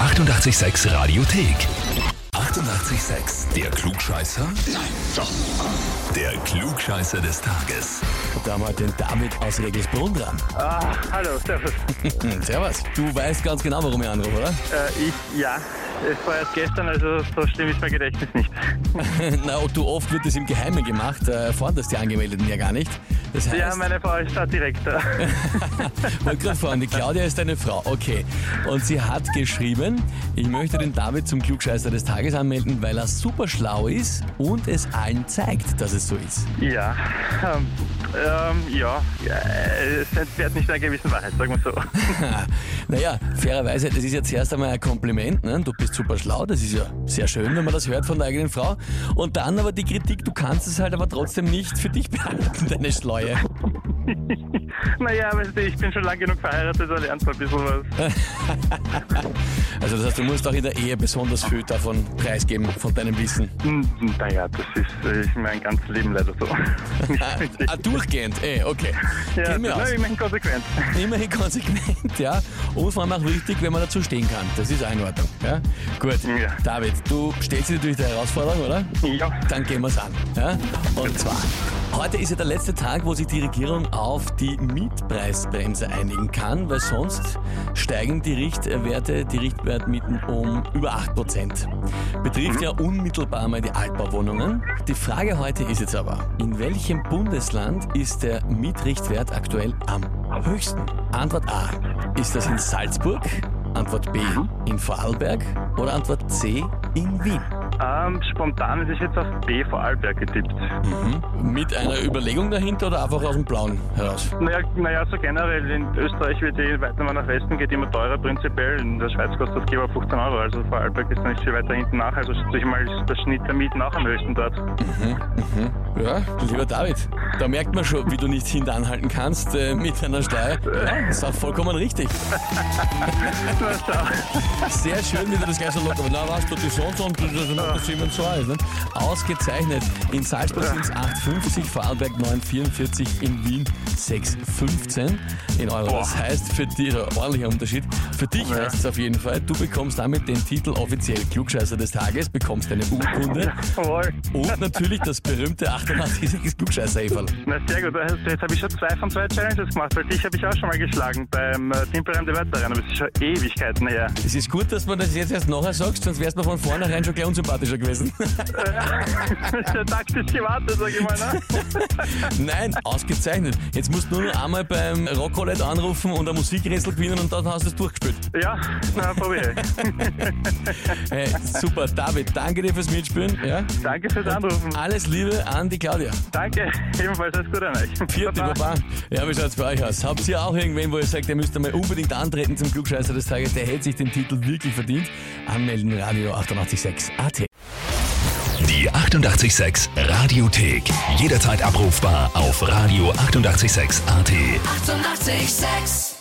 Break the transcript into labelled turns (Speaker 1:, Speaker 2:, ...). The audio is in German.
Speaker 1: 886 Radiothek. 88,6. Der Klugscheißer? Nein, doch. Der Klugscheißer des Tages.
Speaker 2: Da haben wir den David aus Regelsbrunn dran.
Speaker 3: Ah, hallo, servus.
Speaker 2: Hm, servus. Du weißt ganz genau, warum ich anrufe, oder?
Speaker 3: Äh, ich, ja, es war erst gestern, also so schlimm ist mein Gedächtnis nicht.
Speaker 2: Na, und du oft wird das im Geheimen gemacht, äh, erfahren das die Angemeldeten ja gar nicht. Das heißt,
Speaker 3: Ja, meine Frau ist da direkt. da.
Speaker 2: wollte gerade fragen, die Claudia ist deine Frau, okay. Und sie hat geschrieben, ich möchte den David zum Klugscheißer des Tages anmelden, weil er super schlau ist und es allen zeigt, dass es so ist.
Speaker 3: ja, ähm, ähm, ja, ja, es entbehrt nicht einer gewissen Wahrheit, sagen wir so.
Speaker 2: naja, fairerweise, das ist ja zuerst einmal ein Kompliment. Ne? Du bist super schlau, das ist ja sehr schön, wenn man das hört von der eigenen Frau. Und dann aber die Kritik, du kannst es halt aber trotzdem nicht für dich behalten, deine Schleue.
Speaker 3: Naja, weißt du, ich bin schon lang genug verheiratet, da lernt man ein bisschen was.
Speaker 2: Also das heißt, du musst auch in der Ehe besonders viel davon preisgeben, von deinem Wissen.
Speaker 3: Hm, Naja, das ist, äh, ist mein ganzes Leben leider so.
Speaker 2: Ah,
Speaker 3: Nicht richtig.
Speaker 2: ah, durchgehend, eh, okay.
Speaker 3: Ja,
Speaker 2: Gehen wir aus.
Speaker 3: na, ich meine konsequent.
Speaker 2: Immerhin konsequent, ja. Und vor allem auch wichtig, wenn man dazu stehen kann. Das ist Einordnung, ja. Gut,
Speaker 3: Ja.
Speaker 2: David, du stellst dir natürlich der Herausforderung, oder?
Speaker 3: Ja.
Speaker 2: Dann gehen wir's an. Ja? Und zwar, heute ist ja der letzte Tag, wo sich die Regierung auf die Mietpreisbremse einigen kann, weil sonst steigen die Richtwerte, die Richtwertmieten um über 8%. Betrifft ja unmittelbar mal die Altbauwohnungen. Die Frage heute ist jetzt aber, in welchem Bundesland ist der Mietrichtwert aktuell am höchsten? Antwort A, ist das in Salzburg? Antwort B, in Vorarlberg? Oder Antwort C, in Wien?
Speaker 3: Ähm, spontan hätte ich jetzt auf B vor Arlberg getippt.
Speaker 2: Mit einer Überlegung dahinter oder einfach aus dem Blauen heraus?
Speaker 3: Naja, naja, so generell in Österreich wird je weiter man nach Westen geht, immer teurer prinzipiell. In der Schweiz kostet das Geber 15 Euro, also vor Arlberg ist noch nicht viel weiter hinten nach. Also schätze ich mal, ist der Schnitt der Mieten auch am höchsten dort.
Speaker 2: Ja, lieber David, da merkt man schon, wie du nicht hinteranhalten kannst äh, mit einer Steuer. Ja, ist auch vollkommen richtig.
Speaker 3: Na, schau.
Speaker 2: Sehr schön, wie du das gleich so locker. Na, was, du die Sonne und du das noch das Siemens so ist, ne? Ausgezeichnet. In Salzburg sind es 8,50, Vorarlberg 9,44, in Wien 6,15 in Euro. Das heißt, für dich, also ordentlicher Unterschied, für dich
Speaker 3: Ja.
Speaker 2: heißt es auf jeden Fall, du bekommst damit den Titel offiziell Klugscheißer des Tages, bekommst deine Urkunde
Speaker 3: Jawohl.
Speaker 2: und natürlich das berühmte 88 klugscheißer -Eferl.
Speaker 3: Na sehr gut, also jetzt habe ich schon zwei von zwei Challenges gemacht, weil dich habe ich auch schon mal geschlagen beim äh, Timperheim der Wörter rein, aber das ist schon Ewigkeiten her.
Speaker 2: Es ist gut, dass man das jetzt erst nachher sagst, sonst wärst du von vornherein schon gleich unsympathischer gewesen.
Speaker 3: Sehr taktisch gewartet, sag ich mal, ne?
Speaker 2: Nein, ausgezeichnet. Jetzt musst du nur noch einmal beim Rockroulette anrufen und ein Musikrätsel gewinnen und dann hast du es durchgespielt.
Speaker 3: Ja, na, probiere.
Speaker 2: Hey, super, David, danke dir fürs Mitspielen. Ja?
Speaker 3: Danke fürs Anrufen.
Speaker 2: Alles Liebe an die Claudia.
Speaker 3: Danke, ebenfalls alles Gute an euch.
Speaker 2: Vierte,
Speaker 3: Baba.
Speaker 2: Baba. Ja, wie schaut's bei euch aus? Habt ihr auch irgendwen, wo ihr sagt, ihr müsst einmal unbedingt antreten zum Klugscheißer des Tages? Der hätte sich den Titel wirklich verdient. Anmelden, Radio 886 AT.
Speaker 1: Die 88,6 Radiothek. Jederzeit abrufbar auf radio886.at. 88,6.
Speaker 4: Eighty-eight, sex.